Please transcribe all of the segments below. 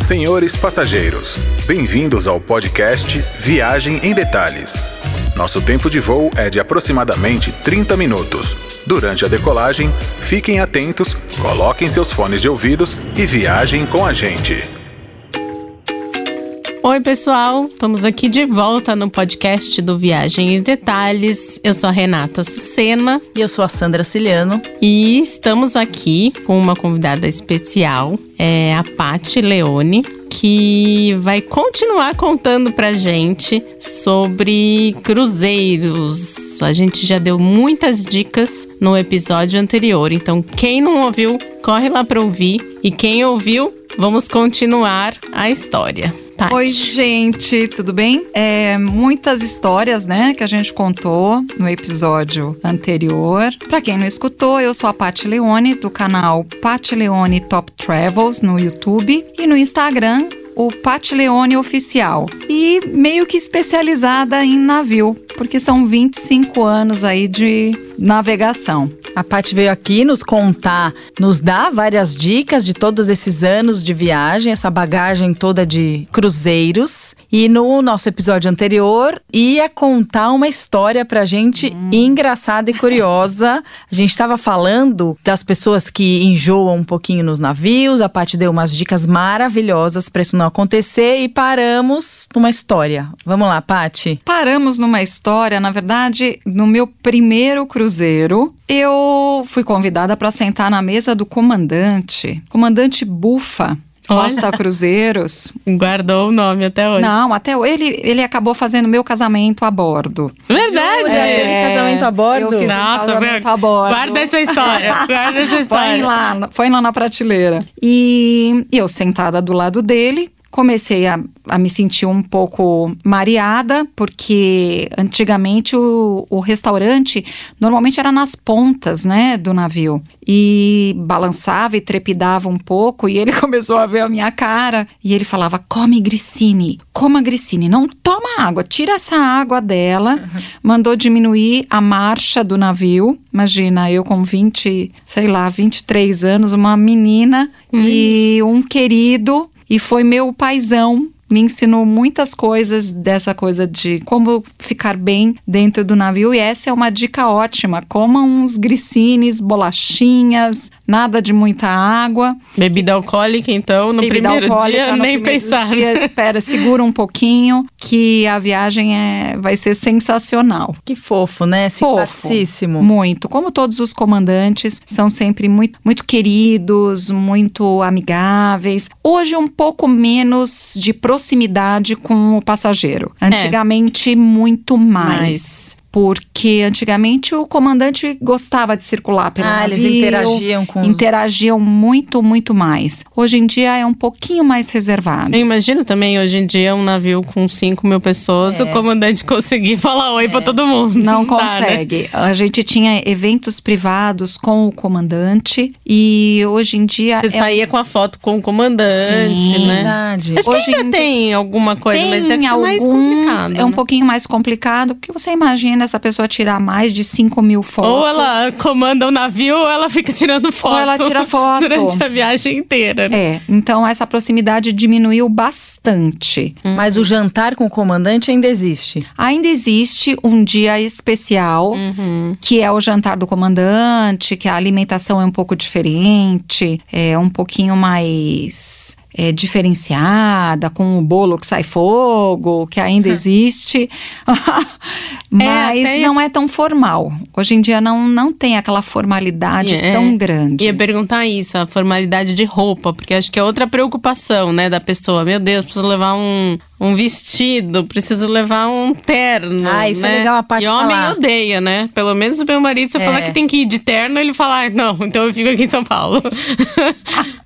Senhores passageiros, bem-vindos ao podcast Viagem em Detalhes. Nosso tempo de voo é de aproximadamente 30 minutos. Durante a decolagem, fiquem atentos, coloquem seus fones de ouvidos e viajem com a gente. Oi, pessoal! Estamos aqui de volta no podcast do Viagem em Detalhes. Eu sou a Renata Sucena E eu sou a Sandra Ciliano. e estamos aqui com uma convidada especial, é a Pati Leone, que vai continuar contando pra gente sobre cruzeiros. A gente já deu muitas dicas no episódio anterior, então quem não ouviu, corre lá pra ouvir. E quem ouviu, vamos continuar a história. Pati. Oi, gente, tudo bem? É, muitas histórias, né, que a gente contou no episódio anterior. Pra quem não escutou, eu sou a Paty Leone, do canal Paty Leone Top Travels no YouTube e no Instagram, o Paty Leone Oficial. E meio que especializada em navio, porque são 25 anos aí de navegação. A Paty veio aqui nos contar, nos dar várias dicas de todos esses anos de viagem, essa bagagem toda de cruzeiros. E no nosso episódio anterior, ia contar uma história pra gente engraçada e curiosa. A gente tava falando das pessoas que enjoam um pouquinho nos navios, a Paty deu umas dicas maravilhosas pra isso não acontecer e paramos numa história. Vamos lá, Paty. Paramos numa história, na verdade, no meu primeiro cruzeiro, eu fui convidada para sentar na mesa do comandante, comandante Bufa. Olha. Costa Cruzeiros. Guardou o nome até hoje. Não, até o- ele, ele acabou fazendo meu casamento a bordo. Verdade! É, casamento a bordo. eu fiz um Nossa, casamento meu, a bordo. guarda essa história, guarda essa Põe história. lá, põe lá na prateleira. E eu sentada do lado dele, comecei a, a me sentir um pouco mareada, porque antigamente o, o restaurante normalmente era nas pontas, né, do navio. E balançava e trepidava um pouco, e ele começou a ver a minha cara. E ele falava: come grissini, coma grissini, não toma água, tira essa água dela. Mandou diminuir a marcha do navio. Imagina, eu com 20, sei lá, 23 anos, uma menina e um querido. E foi meu paizão. Me ensinou muitas coisas dessa coisa de como ficar bem dentro do navio. E essa é uma dica ótima. Coma uns grissines, bolachinhas, nada de muita água. Bebida alcoólica, então, no Bebida primeiro alcoólica, dia, tá no nem primeiro pensar. né? dia, espera, segura um pouquinho, que a viagem é, vai ser sensacional. Que fofo, né? Fofo. Simpaticíssimo. Muito. Como todos os comandantes, são sempre muito, muito queridos, muito amigáveis. Hoje, um pouco menos de proximidade com o passageiro. É. Antigamente, muito mais. Mais. Porque antigamente o comandante gostava de circular pelo Ah, navio. eles interagiam com os- Interagiam muito, muito mais. Hoje em dia é um pouquinho mais reservado. Eu imagino também, hoje em dia, um navio com 5 mil pessoas, o comandante conseguir falar oi pra todo mundo. É. Não dá, né? consegue. A gente tinha eventos privados com o comandante e hoje em dia Você é saía com a foto com o comandante, Sim. né? Verdade. Acho Hoje que ainda em tem alguma coisa, mas deve ser mais complicado. é um né? pouquinho mais complicado, porque você imagina essa pessoa tirar mais de 5 mil fotos. Ou ela comanda o navio, ou ela fica tirando foto. ela tira foto. Durante a viagem inteira. né? É, então essa proximidade diminuiu bastante. Mas o jantar com o comandante ainda existe. Ainda existe um dia especial, Uhum. que é o jantar do comandante, que a alimentação é um pouco diferente, é um pouquinho mais é, diferenciada, com o bolo que sai fogo, que ainda existe. Mas Hum. É, até- não é tão formal. Hoje em dia não, não tem aquela formalidade É. tão grande. Ia perguntar isso, a formalidade de roupa, porque acho que é outra preocupação, né, da pessoa. Meu Deus, preciso levar um, um vestido, preciso levar um terno. Ah, isso é né? legal a Paty E homem falar. odeia, né? Pelo menos o meu marido, se eu É. falar que tem que ir de terno, ele fala, "Ah, não, então eu fico aqui em São Paulo.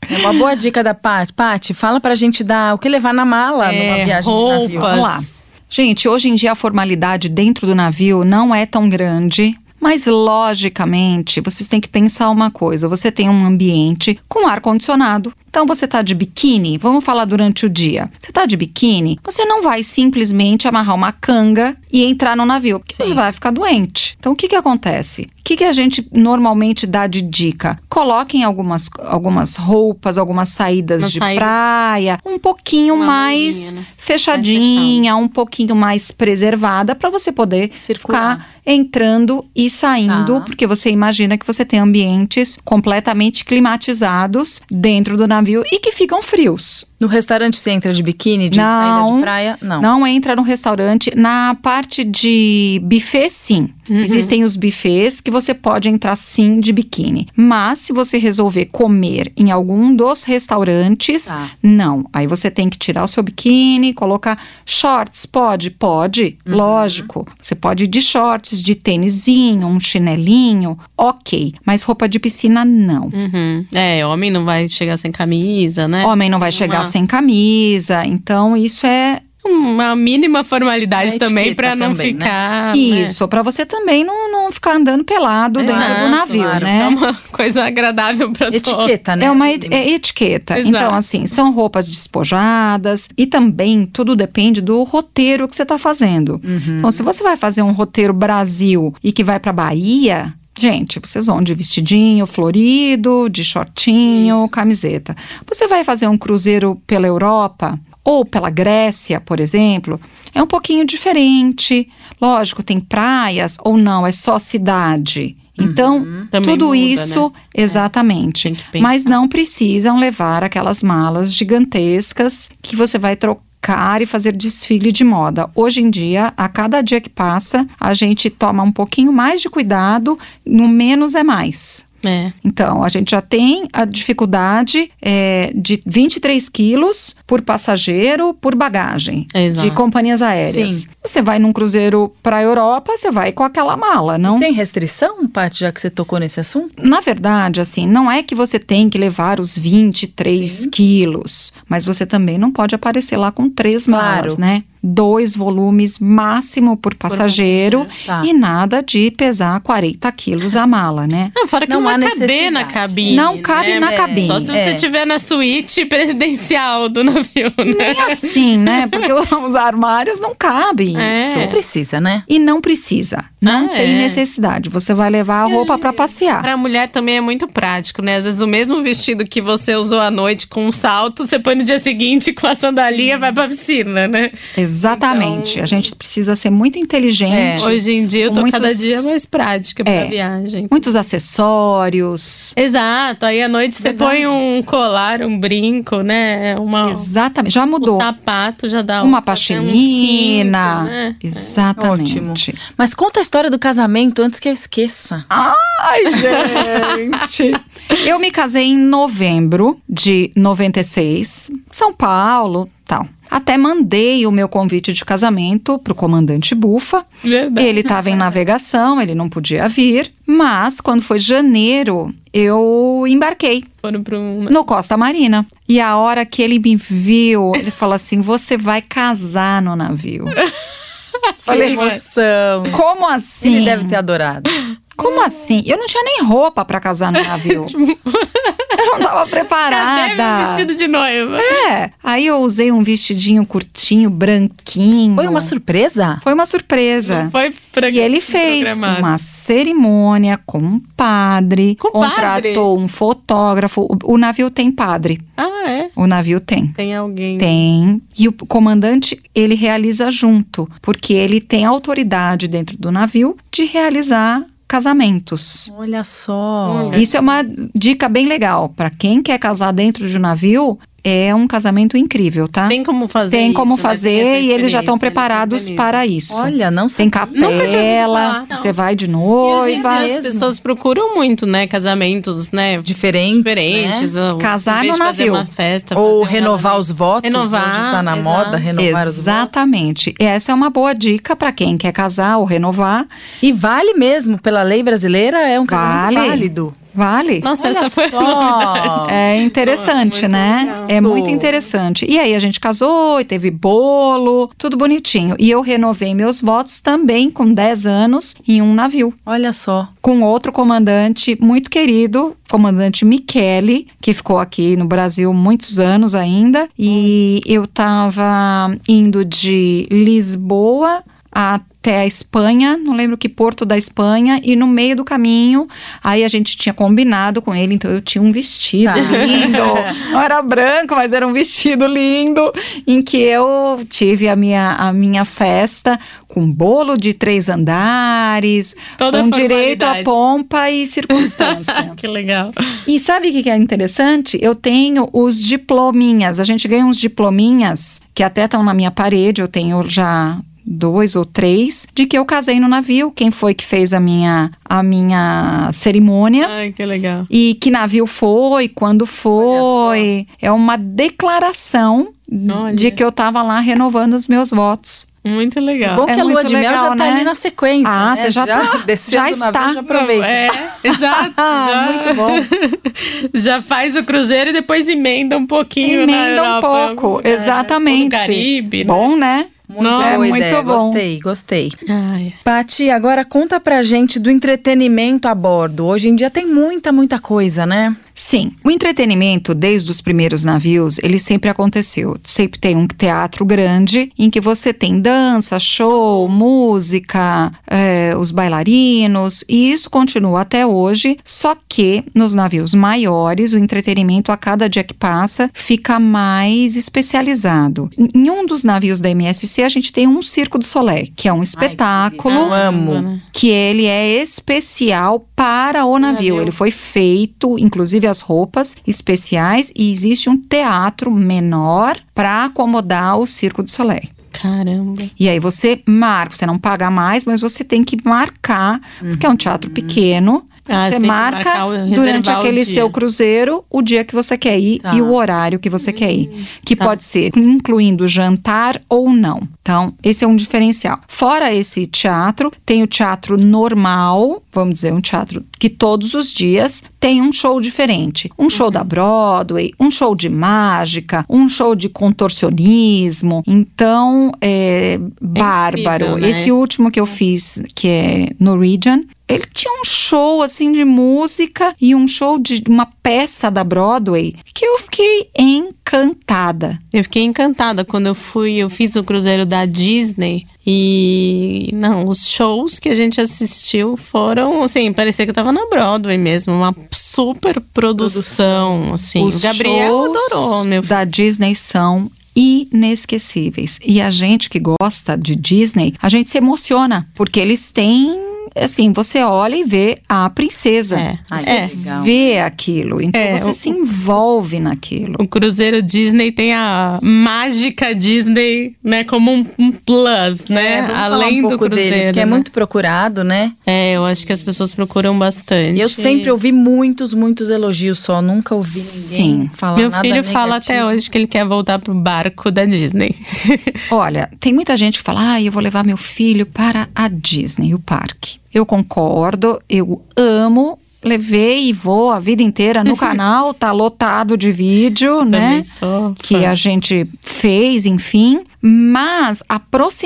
É uma boa dica da Paty. Paty, fala pra gente dar o que levar na mala numa viagem de navio. roupas. Vamos lá. Gente, hoje em dia a formalidade dentro do navio não é tão grande. Mas, logicamente, vocês têm que pensar uma coisa: você tem um ambiente com ar-condicionado, Então você tá de biquíni, vamos falar durante o dia. Você tá de biquíni, você não vai simplesmente amarrar uma canga e entrar no navio, porque você vai ficar doente. Então o que que acontece? O que, que a gente normalmente dá de dica? Coloquem algumas, algumas roupas, algumas saídas Uma de saída- praia, um pouquinho Uma mais manguinha, né? fechadinha, um pouquinho mais preservada, para você poder Circular. ficar entrando e saindo, Tá. porque você imagina que você tem ambientes completamente climatizados dentro do navio e que ficam frios. No restaurante você entra de biquíni, de saída de praia? Não. Não entra no restaurante. Na parte de buffet, sim. Existem os buffets que você pode entrar sim de biquíni. Mas se você resolver comer em algum dos restaurantes, Tá. não. Aí você tem que tirar o seu biquíni, colocar shorts. Pode? Pode. Uhum. Lógico. Você pode ir de shorts, de tênisinho, um chinelinho. Ok. Mas roupa de piscina, não. Hum. Uhum. É, homem não vai chegar sem camisa, né? Homem não vai chegar Uma- sem camisa. Então, isso é, Uma mínima formalidade Uma também etiqueta pra não também, né? ficar. Né? Isso, pra você também não, não ficar andando pelado dentro Exato, do navio, claro. É né? uma coisa agradável pra todos. Etiqueta, né? É uma et- é etiqueta. Exato. Então, assim, são roupas despojadas e também tudo depende do roteiro que você tá fazendo. Uhum. Então, se você vai fazer um roteiro Brasil e que vai pra Bahia, gente, vocês vão de vestidinho florido, de shortinho, camiseta. Você vai fazer um cruzeiro pela Europa ou pela Grécia, por exemplo, é um pouquinho diferente. Lógico, tem praias ou não, é só cidade. Então, Uhum. Também tudo muda, isso né? Tem Exatamente. que pensar. Mas não precisam levar aquelas malas gigantescas que você vai trocar e fazer desfile de moda. Hoje em dia, a cada dia que passa, a gente toma um pouquinho mais de cuidado, no menos é mais. É. Então, a gente já tem a dificuldade eh, de 23 quilos por passageiro, por bagagem. Exato. De companhias aéreas. Sim. Você vai num cruzeiro para a Europa, você vai com aquela mala, não Tem restrição, Paty, já que você tocou nesse assunto? na verdade, assim, não é que você tem que levar os 23 quilos, mas você também não pode aparecer lá com três Claro. malas, né? Dois volumes máximo por passageiro Tá. e nada de pesar 40 quilos a mala, né? Ah, fora que não, Não há vai caber na necessidade. cabine. Não cabe né? na cabine. Só se você É. tiver na suíte presidencial do navio, né? Nem assim, né? Porque os armários não cabem É. isso. Não precisa, né? E não precisa. Não Ah, tem é. necessidade. Você vai levar a roupa para passear. Pra mulher também é muito prático, né? Às vezes o mesmo vestido que você usou à noite com um salto, você põe no dia seguinte com a sandalinha e vai pra piscina, né? Exatamente. A gente precisa ser muito inteligente. Hoje em dia eu tô É. Muitos- cada dia mais prática pra É. viagem. Muitos acessórios. Exato, aí à noite você põe um colar, um brinco, né? Uma, Exatamente. Já um mudou. sapato já dá Uma outra, né? Um pachinina. cinto, né? Exatamente. Ótimo. Mas conta a história do casamento antes que eu esqueça. Ai, gente. Eu me casei em novembro de 96, São Paulo, tal. Até mandei o meu convite de casamento pro comandante Bufa. Verdade. Ele estava em navegação, ele não podia vir, mas quando foi janeiro, eu embarquei. Foram pra um. No Costa Marina. E a hora que ele me viu, ele falou assim: Você vai casar no navio. Que emoção. Como assim? Ele deve ter adorado. Como assim? Eu não tinha nem roupa pra casar no navio. eu não tava Até meu preparada. um vestido de noiva. É. Aí eu usei um vestidinho curtinho, branquinho. Foi uma surpresa? Foi uma surpresa. Não foi pra é. E ele fez programado. uma cerimônia com um padre, Com padre? contratou um fotógrafo. O- o navio tem padre. Ah, é? O navio tem. Tem alguém. Tem. E o comandante, ele realiza junto, porque ele tem autoridade dentro do navio de realizar casamentos. Olha só. Olha. Isso é uma dica bem legal. Pra quem quer casar dentro de um navio, é um casamento incrível, tá? Tem como fazer. Tem como isso, né? Tem essa fazer e eles já experiência, estão né? preparados Tem para isso. Olha, não Tem sei. Nunca tinha ouvido falar, capela, não. você vai de E hoje em dia noiva. as pessoas procuram muito, né? Casamentos, né? Diferentes, né? Diferentes. ou- Casar em vez no de fazer navio. uma festa. Ou fazer um renovar casamento. os votos, Renovar, hoje tá na exato. moda, renovar os votos. Exatamente. Essa é uma boa dica pra quem quer casar ou renovar. E vale mesmo, pela lei brasileira, é um casamento Vale. Tá válido. Vale. Nossa, Olha essa foi só. É interessante, Muito né? legal. É muito interessante. E aí a gente casou e teve bolo, tudo bonitinho. E eu renovei meus votos também com 10 anos em um navio. Olha só. Com outro comandante muito querido, comandante Michele, que ficou aqui no Brasil muitos anos ainda. E eu tava indo de Lisboa até a Espanha, não lembro que porto da Espanha, e no meio do caminho, aí a gente tinha combinado com ele, então eu tinha um vestido Tá. lindo. Não era branco, mas era um vestido lindo, em que eu tive a minha, a minha festa com bolo de três andares, Toda a com Então, direito à formalidade. pompa e circunstância. que legal. e sabe o que que é interessante? Eu tenho os diplominhas. A gente ganha uns diplominhas que até estão na minha parede, eu tenho já dois ou três, de que eu casei no navio, quem foi que fez a minha, a minha cerimônia. Ai, que legal. E que navio foi, quando foi. É uma declaração Olha. de que eu estava lá renovando os meus votos. Muito legal. Bom É que a lua muito de mel já legal, tá né? ali na sequência. Ah, né? você já tá. Descendo Já do navio, está. já aproveita. Ah, É, exato. já, Muito bom. já faz o cruzeiro e depois emenda um pouquinho na Emenda Europa, em um algum pouco, lugar, né? Ou exatamente. no Caribe. né? é, Bom, né? Muito Nossa, boa muito É ideia, bom. Gostei, gostei. Ai, Pati, agora conta pra gente do entretenimento a bordo. Hoje em dia tem muita, muita coisa, né? Sim, o entretenimento desde os primeiros navios, ele sempre aconteceu. Sempre tem um teatro grande em que você tem dança, show, música, eh, os bailarinos, e isso continua até hoje. Só que nos navios maiores, o entretenimento a cada dia que passa fica mais especializado. Em- Em um dos navios da MSC, a gente tem um Circo do Soleil, que é um espetáculo Eu amo. Né? que ele é especial para o navio. Navio. Ele foi feito, inclusive as roupas especiais, e existe um teatro menor para acomodar o Circo do Soleil. Caramba. E aí você marca, você não paga mais, mas você tem que marcar, porque é um teatro pequeno. Uhum. Ah, você você tem que marca marcar o- durante reservar o aquele dia. seu cruzeiro o dia que você quer ir Tá. e o horário que você quer ir. Que pode ser incluindo jantar ou não. Então, esse é um diferencial. Fora esse teatro, tem o teatro normal, vamos dizer, um teatro que todos os dias tem um show diferente. Um show da Broadway, um show de mágica, um show de contorcionismo. Então, é, bárbaro. incrível, né? Esse último que eu fiz, que é Norwegian, ele tinha um show assim de música e um show de uma peça da Broadway que eu fiquei encantada. Eu fiquei encantada quando eu fui, eu fiz o cruzeiro da Disney e não, os shows que a gente assistiu foram, assim, parecia que eu tava na Broadway mesmo, uma super produção, assim. Os o Gabriel shows adorou, meu da Disney são inesquecíveis. E a gente que gosta de Disney, a gente se emociona porque eles têm assim, você olha e vê a princesa. É. Ai, Você é. legal. vê aquilo, então É, você o- se envolve naquilo. O Cruzeiro Disney tem a mágica Disney, né? Como um, um plus, né? É, vamos falar Além um do pouco Cruzeiro. dele, que é né? muito procurado, né? É, eu acho que as pessoas procuram bastante. E eu sempre ouvi muitos, muitos elogios só, nunca ouvi ninguém Sim. falar Meu nada filho fala negativo. até hoje que ele quer voltar pro barco da Disney. Olha, tem muita gente que fala, ah, eu vou levar meu filho para a Disney, o parque. Eu concordo, eu amo. Levei e vou a vida inteira no canal, tá lotado de vídeo, né? Também sou Que fã. a gente fez, enfim. Mas a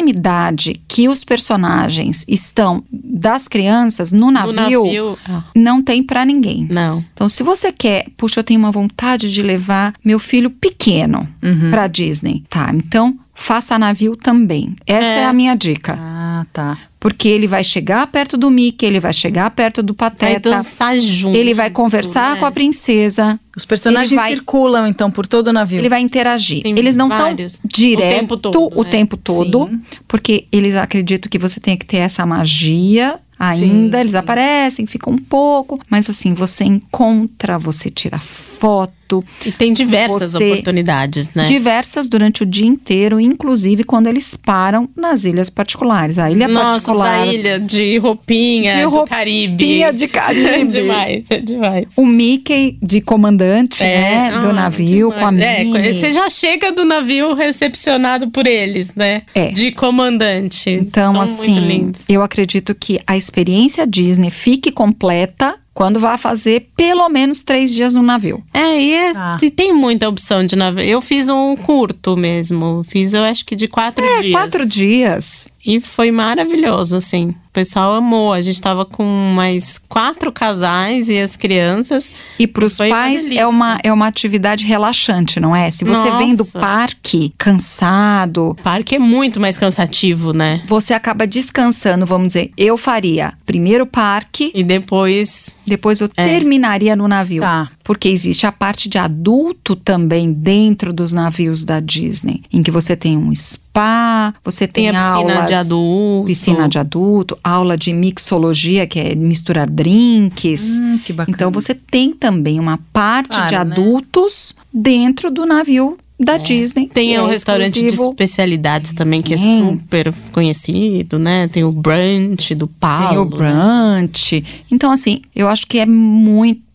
proximidade que os personagens estão das crianças no No navio, navio. Ah, não tem pra ninguém. não. Então, se você quer, puxa, eu tenho uma vontade de levar meu filho pequeno pra Disney. Tá, então faça navio também. Essa é, É. a minha dica. Ah, tá. Porque ele vai chegar perto do Mickey, ele vai chegar perto do Vai Pateta, dançar junto. ele vai conversar né? com a princesa, Os personagens Ele vai- circulam, então, por todo o navio. ele vai interagir. Tem eles não estão vários. O direto tempo todo, o né? tempo todo, porque eles acreditam que você tem que ter essa magia. Ainda Sim, eles sim. aparecem, ficam um pouco, mas assim, você encontra, você tira foto, E tem diversas Você- oportunidades, né? diversas durante o dia inteiro, inclusive quando eles param nas ilhas particulares. A ilha Nossa, particular. da ilha, de roupinha, De do roupinha Caribe. de Caribe. É demais, é demais. O Mickey de comandante, né, ah, do navio, que com a maravilha. É, Minnie. você já chega do navio recepcionado por eles, né? É. De comandante. São Então, muito assim, lindos. eu acredito que a experiência Disney fique completa Quando vá fazer pelo menos três dias no navio. É, e, é- Tá. e tem muita opção de navio. Eu fiz um curto mesmo. Fiz, eu acho que de quatro É, dias. quatro dias. E foi maravilhoso, assim. O pessoal amou. A gente tava com mais quatro casais e as crianças. E para os Foi uma pais é delícia. uma, é uma atividade relaxante, não é? Se você vem do Nossa. parque cansado, O parque é muito mais cansativo, né? você acaba descansando, vamos dizer. Eu faria primeiro o parque, E depois. depois É. eu terminaria no navio. Tá. Porque existe a parte de adulto também dentro dos navios da Disney, em que você tem um spa, você tem, Tem a piscina aulas- de adulto. Piscina de adulto, aula de mixologia, que é misturar drinks. Hum, que bacana. Então você tem também uma parte Claro, de né? adultos dentro do navio da Disney. Tem que um é restaurante de exclusivo. Hum. especialidades também, que é Tem. super conhecido, né? Tem o brunch do Paulo. né? Tem o brunch. Então, assim, eu acho que é muito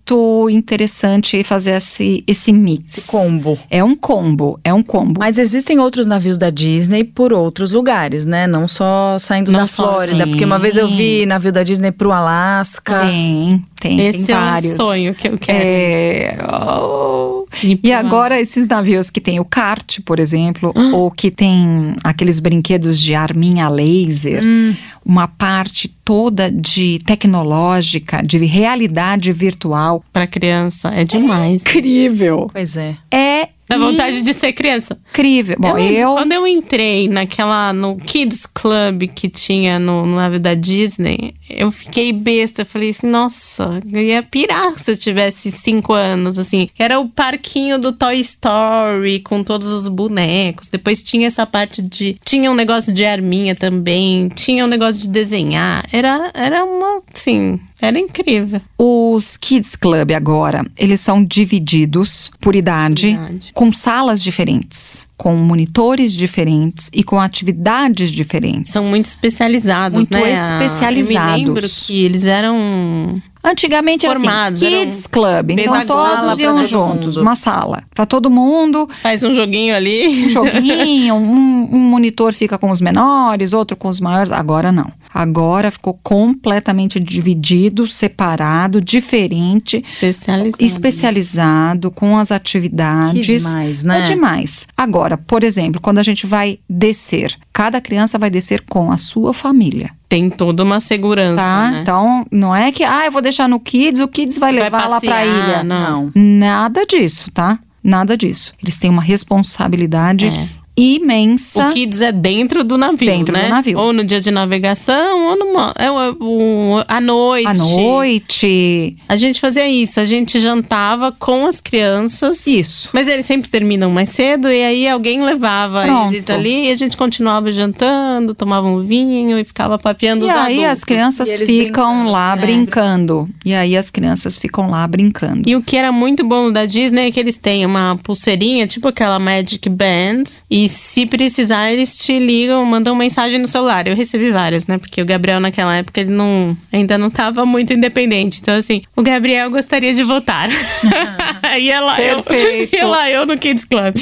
interessante fazer esse, esse mix. Esse combo. É um combo, é um combo. Mas existem outros navios da Disney por outros lugares, né? Não só saindo Não da só- Flórida. Sim. Porque uma vez eu vi navio da Disney pro Alasca. tem, tem, Esse tem é vários. um sonho que eu quero. É. oh. Ir E pra- agora esses navios que tem o kart, por exemplo, Hum. ou que tem aqueles brinquedos de arminha laser, Hum. uma parte toda de tecnológica, de realidade virtual. Pra criança. É demais. Incrível. Pois é. É Dá vontade É de ser criança. incrível. Bom, lembro, eu Quando eu entrei naquela. no Kids Club que tinha no, no nave da Disney, eu fiquei besta. Eu Falei assim, nossa, eu ia pirar se eu tivesse cinco anos, assim. Era o parquinho do Toy Story, com todos os bonecos. Depois tinha essa parte de. Tinha um negócio de arminha também. Tinha um negócio de desenhar. Era, era uma. Sim, era incrível. Os Kids Club agora, eles são divididos por idade, Idade. com salas diferentes, com monitores diferentes e com atividades diferentes. São muito especializados, Muito né? Eu especializados. me lembro que eles eram. Antigamente era Formados, assim, eram Kids Club, então pedagogia todos pra iam todo juntos, mundo. uma sala para todo mundo, Faz um joguinho ali. um joguinho, um, um monitor fica com os menores, outro com os maiores. Agora não. Agora ficou completamente dividido, separado, diferente. Especializado. especializado com as atividades. Que demais, né? É demais. Agora, por exemplo, quando a gente vai descer, cada criança vai descer com a sua família, Tem toda uma segurança, tá? né? Então, não é que, ah, eu vou deixar no Kids, o Kids vai Vai levar lá pra passear, ilha. não. Nada disso, tá? Nada disso. Eles têm uma responsabilidade É. imensa. O Kids é dentro do navio, tá. Dentro do né? navio. Ou no dia de navegação, ou numa, é, o- o- à noite. À noite. A gente fazia isso, a gente jantava com as crianças. Isso. Mas eles sempre terminam mais cedo e aí alguém levava Pronto. eles ali e a gente continuava jantando, tomava um vinho e ficava papeando E os aí adultos. as crianças E eles ficam brincando, lá assim, né? é. brincando. E aí as crianças ficam lá brincando. E o que era muito bom da Disney é que eles têm uma pulseirinha, tipo aquela Magic Band, e se precisar eles te ligam, mandam mensagem no celular. Eu recebi várias, né? Porque o Gabriel naquela época ele não ainda não tava muito independente. Então assim, o Gabriel gostaria de votar. e ela eu, Perfeito. e é lá eu no Kids Club.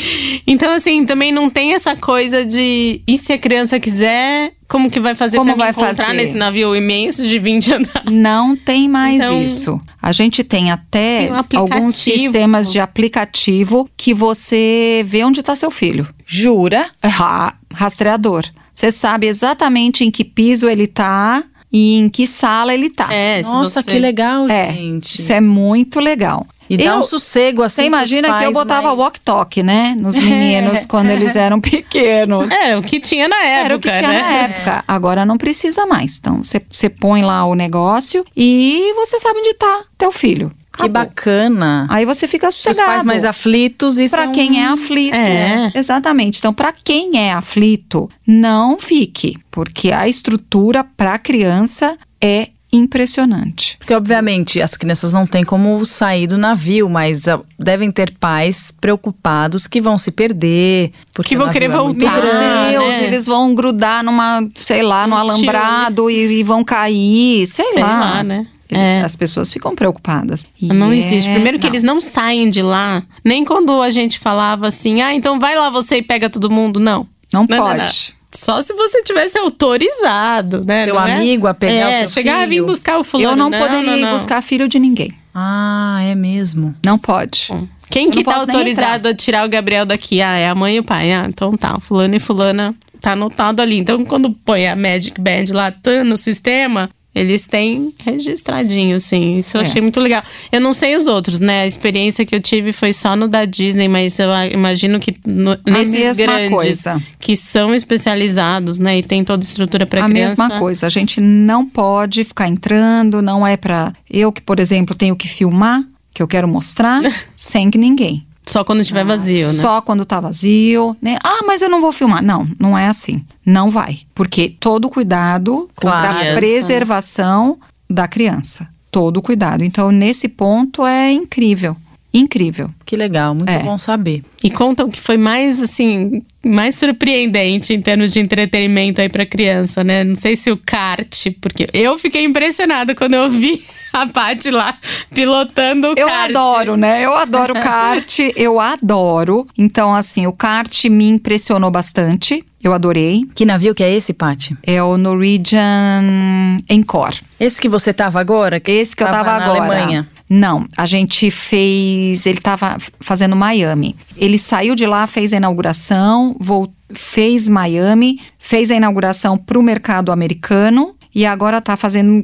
Então assim, também não tem essa coisa de e se a criança quiser, como que vai fazer Como pra me vai encontrar fazer? nesse navio imenso de 20 andares? Não tem mais Então- isso. A gente tem até Tem um aplicativo. alguns sistemas de aplicativo que você vê onde está seu filho. Jura? É ra- rastreador. Você sabe exatamente em que piso ele tá e em que sala ele tá. É, se Nossa, você- que legal, É, gente. Isso é muito legal. E dá Eu- um sossego assim. Você imagina pros que eu pais, botava mas- walk-talk, né? Nos meninos, quando eles eram pequenos. Era É, o que tinha na É, época, Era o que tinha né? na época. Agora não precisa mais. Então, você- você põe lá o negócio e você sabe onde tá teu filho. Que Acabou. bacana. Aí você fica Os sossegado. pais mais aflitos, isso Pra é um- quem é aflito. É. Exatamente. Então, pra quem é aflito, não fique, porque a estrutura pra criança é impressionante. Porque, obviamente, as crianças não têm como sair do navio, mas ah, devem ter pais preocupados que vão se perder. Porque Que vão o navio querer é muito voltar. Meu Ah, Deus, né? eles vão grudar numa, sei lá, no Um alambrado e, e vão cair, sei, Sei lá, né? Eles- É. As pessoas ficam preocupadas. E Não é- existe. Primeiro que não. eles não saem de lá. Nem quando a gente falava assim, ah, então vai lá você e pega todo mundo. Não. Não não, pode. não. Só se você tivesse autorizado, né? Seu Não é? amigo a pegar o É, seu chegar e vir filho. buscar o fulano. eu não, poderia ir né? não. buscar filho de ninguém. Ah, é mesmo. Não pode. Quem não que tá posso nem autorizado a tirar o Gabriel daqui? Ah, é a mãe e o pai. Ah, então tá. Fulano e fulana tá anotado ali. Então, quando põe a Magic Band lá tá, no sistema, eles têm registradinho, sim. Isso eu É. achei muito legal. Eu não sei os outros, né? A experiência que eu tive foi só no da Disney, mas eu ah, imagino que no, nesses mesma grandes coisa. que são especializados, né? E tem toda a estrutura pra a criança. mesma coisa. A gente não pode ficar entrando, não é pra. Eu que, por exemplo, tenho que filmar, que eu quero mostrar, sem que ninguém. Só quando estiver vazio, né? Só quando tá vazio, né? Ah, mas eu não vou filmar. Não, não é assim. Não vai. Porque todo cuidado Com a para criança, né? preservação da criança. Todo cuidado. Então, nesse ponto é incrível. Incrível. Que legal, muito É. bom saber. E contam que foi mais, assim, mais surpreendente em termos de entretenimento aí pra criança, né? Não sei se o kart, porque eu fiquei impressionada quando eu vi a Paty lá pilotando o Eu kart. adoro, né? Eu adoro kart, eu adoro. Então, assim, o kart me impressionou bastante. Eu adorei. Que navio que é esse, Paty? É o Norwegian Encore. Esse que você tava agora? Esse que eu tava na agora. Alemanha. Não, a gente fez. Ele tava f- fazendo Miami. Ele saiu de lá, fez a inauguração, vol- fez Miami, fez a inauguração pro mercado americano e agora tá fazendo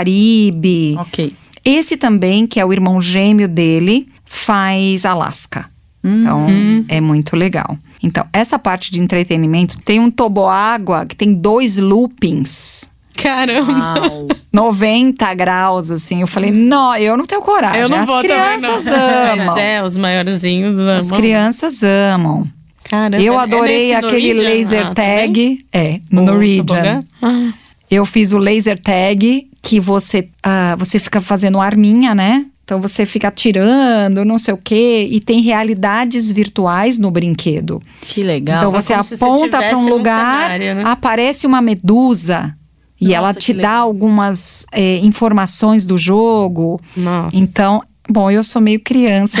Caribe. Ok. Esse também, que é o irmão gêmeo dele, faz Alasca. Hum. Então, é muito legal. Então, essa parte de entretenimento tem um toboágua que tem dois loopings. Caramba. 90 graus, assim. Eu falei, não, eu não tenho coragem. eu não Ah, As vou crianças também, não. amam. Mas é, os maiorzinhos As amam. crianças amam. Caramba. eu é adorei nesse aquele Norwegian? laser Ah, também? tag. É, no O Norwegian. tobogã? Ah, Eu fiz o laser tag, que você, ah, você fica fazendo arminha, né? Então você fica atirando, não sei o quê. E tem realidades virtuais no brinquedo. Que legal. Então você é como se você aponta para tivesse um num lugar, cenário, né? aparece uma medusa. E Nossa, ela que te dá legal. algumas eh, informações do jogo. Nossa. Então, bom, eu sou meio criança,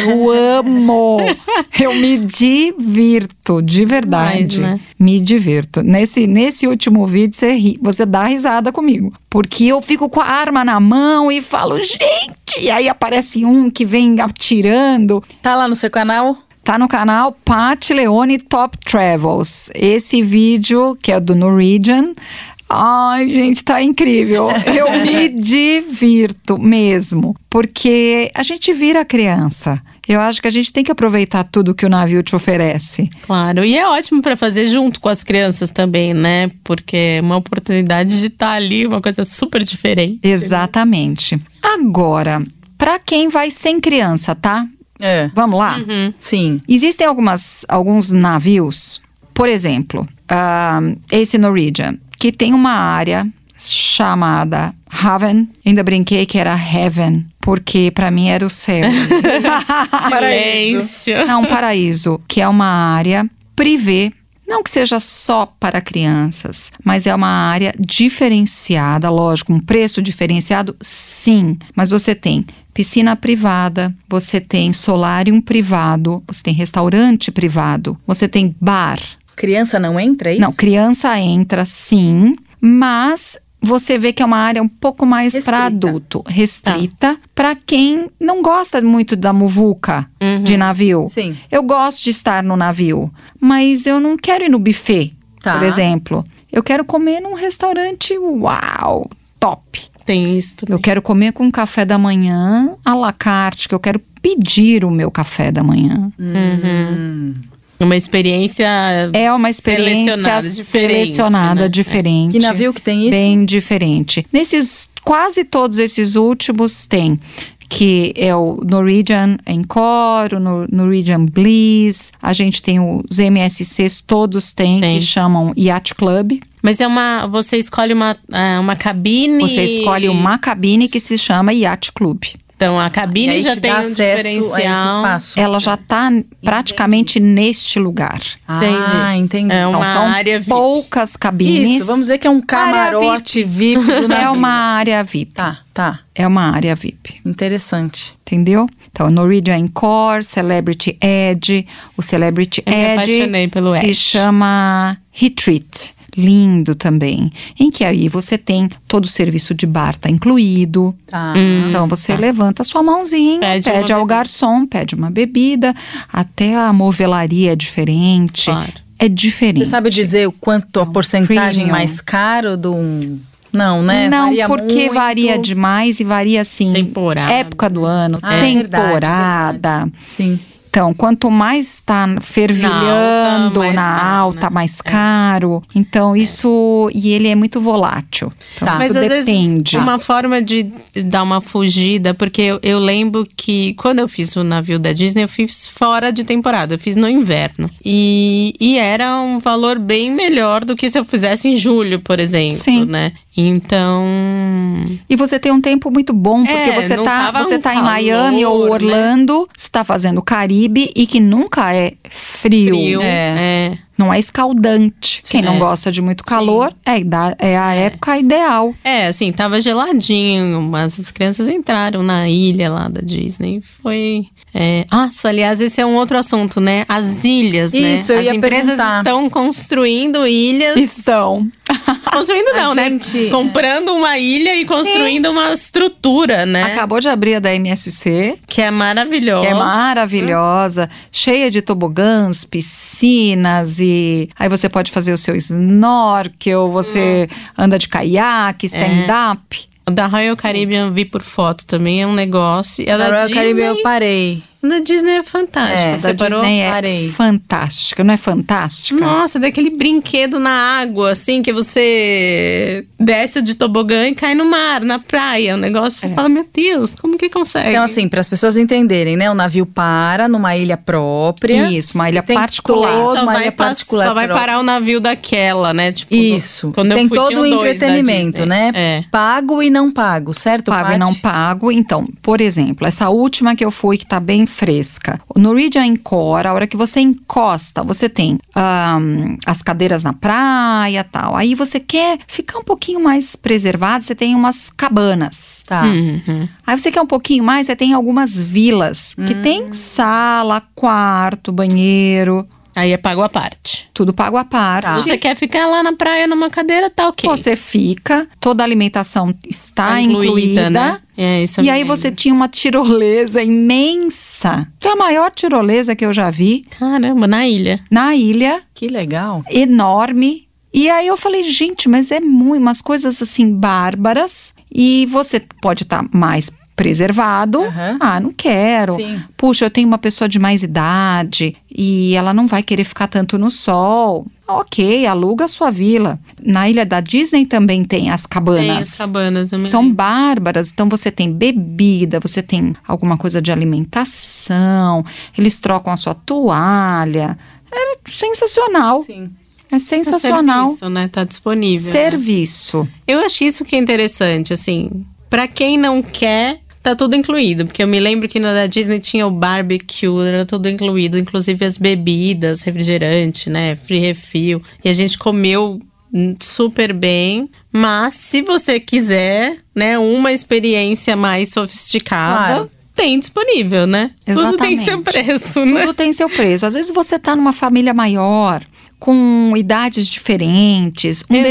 eu amo. eu me divirto, de verdade. Demais, né? Me divirto. Nesse, nesse último vídeo, você, ri- você dá risada comigo. Porque eu fico com a arma na mão e falo, gente! E aí aparece um que vem atirando. Então, Tá lá no seu canal? Tá no canal Pat Leone Top Travels. Esse vídeo, que é do Norwegian. Ai, gente, tá incrível. Eu me divirto mesmo, porque a gente vira criança. Eu acho que a gente tem que aproveitar tudo que o navio te oferece. Claro, e é ótimo pra fazer junto com as crianças também, né? Porque é uma oportunidade de estar ali, uma coisa super diferente. Exatamente. Agora, pra quem vai sem criança, tá? É. Vamos lá? Sim. Uhum. Existem algumas, alguns navios, por exemplo, ah, esse Norwegian, que tem uma área chamada Haven. Ainda brinquei que era Heaven, porque pra mim era o céu. Silêncio. Não, um paraíso, que é uma área privê. Não que seja só para crianças, mas é uma área diferenciada, lógico, um preço diferenciado, sim. Mas você tem piscina privada, você tem solário privado, você tem restaurante privado, você tem bar. Criança não entra, é isso? Não, criança entra, sim, mas você vê que é uma área um pouco mais para Restrita. Tá. adulto, restrita, para quem não gosta muito da muvuca Uhum. de navio. Sim. Eu gosto de estar no navio, mas eu não quero ir no buffet, Tá. por exemplo. Eu quero comer num restaurante, uau, top. Tem isso também. Eu quero comer com café da manhã à la carte, que eu quero pedir o meu café da manhã. Uma experiência. É uma experiência Selecionada, selecionada, diferente, né? diferente. diferente. Que navio que tem isso? Bem diferente. Nesses, quase todos esses últimos tem, que é o Norwegian Encore, o Nor- Norwegian Bliss, a gente tem os MSCs, todos têm, Tem. que chamam Yacht Club. Mas é uma. Você escolhe uma, ah, uma cabine. Você escolhe uma cabine que se chama Yacht Club. Então a E cabine aí já te tem dá um acesso a esse diferencial. É, espaço. Ela já está praticamente neste lugar. Ah, entendi. É Então uma são área VIP. poucas cabines. Isso, vamos dizer que é um camarote VIP do navio. É uma área VIP. Tá, tá. É uma área VIP. Interessante. Entendeu? Então, Norwegian Encore, Celebrity Edge. O Celebrity Eu me Edge apaixonei pelo se Edge. chama Retreat. Lindo também. Em que aí você tem todo o serviço de bar tá incluído. Tá. então você levanta sua mãozinha, Hum, Pede pede, uma ao bebida. garçom, pede uma bebida. Até a movelaria é diferente. Claro. É diferente. Você sabe dizer o quanto a porcentagem É um premium. mais caro do um? Não, né? Não, Varia porque muito. varia demais e varia assim. Temporada. Época do ano, Ah, é verdade, temporada. Sim. Então, quanto mais está fervilhando mais na caro, alta, né? É. mais caro. Então, isso. E ele é muito volátil. Então, Tá. Isso Mas às depende. vezes uma forma de dar uma fugida, porque eu, eu lembro que quando eu fiz o navio da Disney, eu fiz fora de temporada, eu fiz no inverno. E, e era um valor bem melhor do que se eu fizesse em julho, por exemplo, Sim. né? Então. E você tem um tempo muito bom, porque É, você não tá, tava você um tá em calor, Miami ou né? Orlando, você tá fazendo Caribe e que nunca é frio. Frio, é. Não é escaldante. Quem não É. gosta de muito calor, é, da- é a época ideal. É, assim, tava geladinho, mas as crianças entraram na ilha lá da Disney. Foi. É... Nossa, aliás, esse é um outro assunto, né? As ilhas, né? Isso, eu as ia empresas perguntar. estão construindo ilhas. Estão. Construindo A não, gente- é. né? Comprando uma ilha e construindo uma estrutura, né? Acabou de abrir a da MSC, Que é maravilhosa. que é maravilhosa, cheia de tobogãs, piscinas e aí você pode fazer o seu snorkel, você anda de caiaque, É. stand-up. O Da Royal Caribbean eu vi por foto também, é um negócio. E A Na da Royal Disney, Caribbean eu parei. Na Disney é fantástica. É, Você da parou? Disney é Parei. fantástica, não é fantástica? Nossa, daquele brinquedo na água, assim, que você desce de tobogã e cai no mar, na praia. O negócio, você fala, meu Deus, como que consegue? É. Então, assim, para as pessoas entenderem, né? O navio para numa ilha própria. Isso, uma ilha Tem particular. todo só uma vai, ilha pas- particular só vai própria. parar o navio daquela, né? Tipo, Isso. Quando Tem eu fui, todo tinham o dois da entretenimento, Disney. né? É. Pago e não pago, certo? Pago e Paty? não pago. Então, por exemplo, essa última que eu fui, que tá bem fresca. O Norwegian Encore, a hora que você encosta, você tem ahn, as cadeiras na praia tal. Aí você quer ficar um pouquinho mais preservado, você tem umas cabanas. Tá. Uhum. Aí você quer um pouquinho mais, você tem algumas vilas que Hum. tem sala, quarto, banheiro, Aí é pago à parte. tudo pago à parte. Você quer ficar lá na praia numa cadeira, tá ok. Ah. Você fica, toda a alimentação está Tá incluída. né? É, isso eu E me aí lembro. você tinha uma tirolesa imensa. Que é a maior tirolesa que eu já vi Caramba, na ilha. na ilha, Que legal. enorme. E aí eu falei, gente, mas é muito, umas coisas assim bárbaras e você pode estar mais preservado. Aham. Ah, não quero. Sim. Puxa, eu tenho uma pessoa de mais idade e ela não vai querer ficar tanto no sol. Ok, aluga a sua vila. Na ilha da Disney também tem as cabanas. Tem as cabanas. eu me São lembro. bárbaras, então você tem bebida, você tem alguma coisa de alimentação, eles trocam a sua toalha. É sensacional. Sim. É É sensacional. Serviço, né? Tá disponível. né? Serviço. Eu acho isso que é interessante, assim. Pra quem não quer, tá tudo incluído. Porque eu me lembro que na da Disney tinha o barbecue, era tudo incluído, inclusive as bebidas, refrigerante, né? Free refil. E a gente comeu hum, super bem. Mas se você quiser, né, uma experiência mais sofisticada, Claro. tem disponível, né? Tudo tem seu Exatamente. preço, né? Tudo tem seu preço. Às vezes você tá numa família maior, com idades diferentes, um bebê,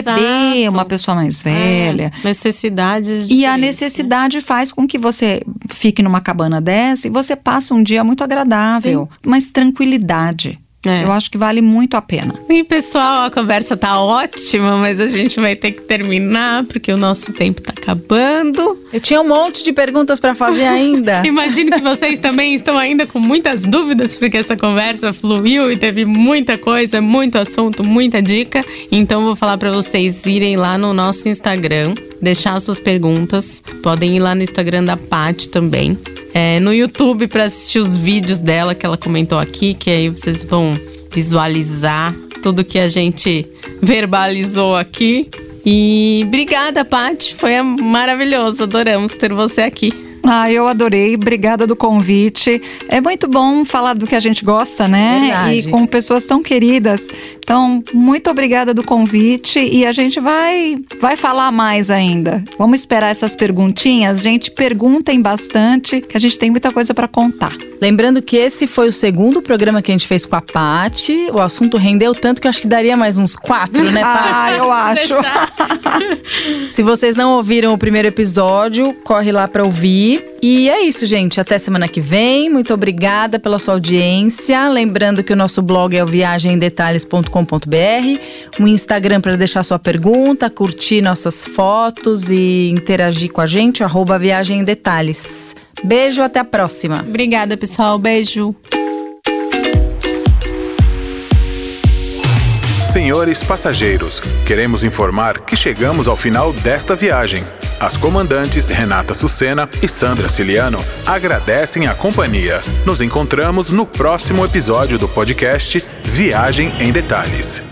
Exato. uma pessoa mais velha. É, né? necessidades E a diferentes. necessidade faz com que você fique numa cabana dessa e você passe um dia muito agradável, mas tranquilidade. É. Eu acho que vale muito a pena. E pessoal, a conversa tá ótima, mas a gente vai ter que terminar porque o nosso tempo tá acabando. Eu tinha um monte de perguntas para fazer ainda. Imagino que vocês também estão ainda com muitas dúvidas porque essa conversa fluiu e teve muita coisa, muito assunto, muita dica. Então vou falar para vocês irem lá no nosso Instagram, deixar suas perguntas. Podem ir lá no Instagram da Pat também. É, no YouTube para assistir os vídeos dela que ela comentou aqui, que aí vocês vão visualizar tudo que a gente verbalizou aqui. E obrigada, Paty. Foi maravilhoso. Adoramos ter você aqui. Ah, eu adorei. Obrigada do convite. É muito bom falar do que a gente gosta, né? Verdade. E com pessoas tão queridas. Então, muito obrigada do convite e a gente vai vai falar mais ainda. Vamos esperar essas perguntinhas. Gente, perguntem bastante, que a gente tem muita coisa para contar. Lembrando que esse foi o segundo programa que a gente fez com a Pati. O assunto rendeu tanto que eu acho que daria mais uns quatro, né, Pati? Ah, eu acho. Deixar. Se vocês não ouviram o primeiro episódio, corre lá pra ouvir. E é isso, gente. Até semana que vem. Muito obrigada pela sua audiência. Lembrando que o nosso blog é o viagemdetalhes.com.br, um Instagram para deixar sua pergunta, curtir nossas fotos e interagir com a gente, arroba Viagem em Detalhes. Beijo, até a próxima. Obrigada, pessoal. Beijo. Senhores passageiros, queremos informar que chegamos ao final desta viagem. As comandantes Renata Sucena e Sandra Ciliano agradecem a companhia. Nos encontramos no próximo episódio do podcast Viagem em Detalhes.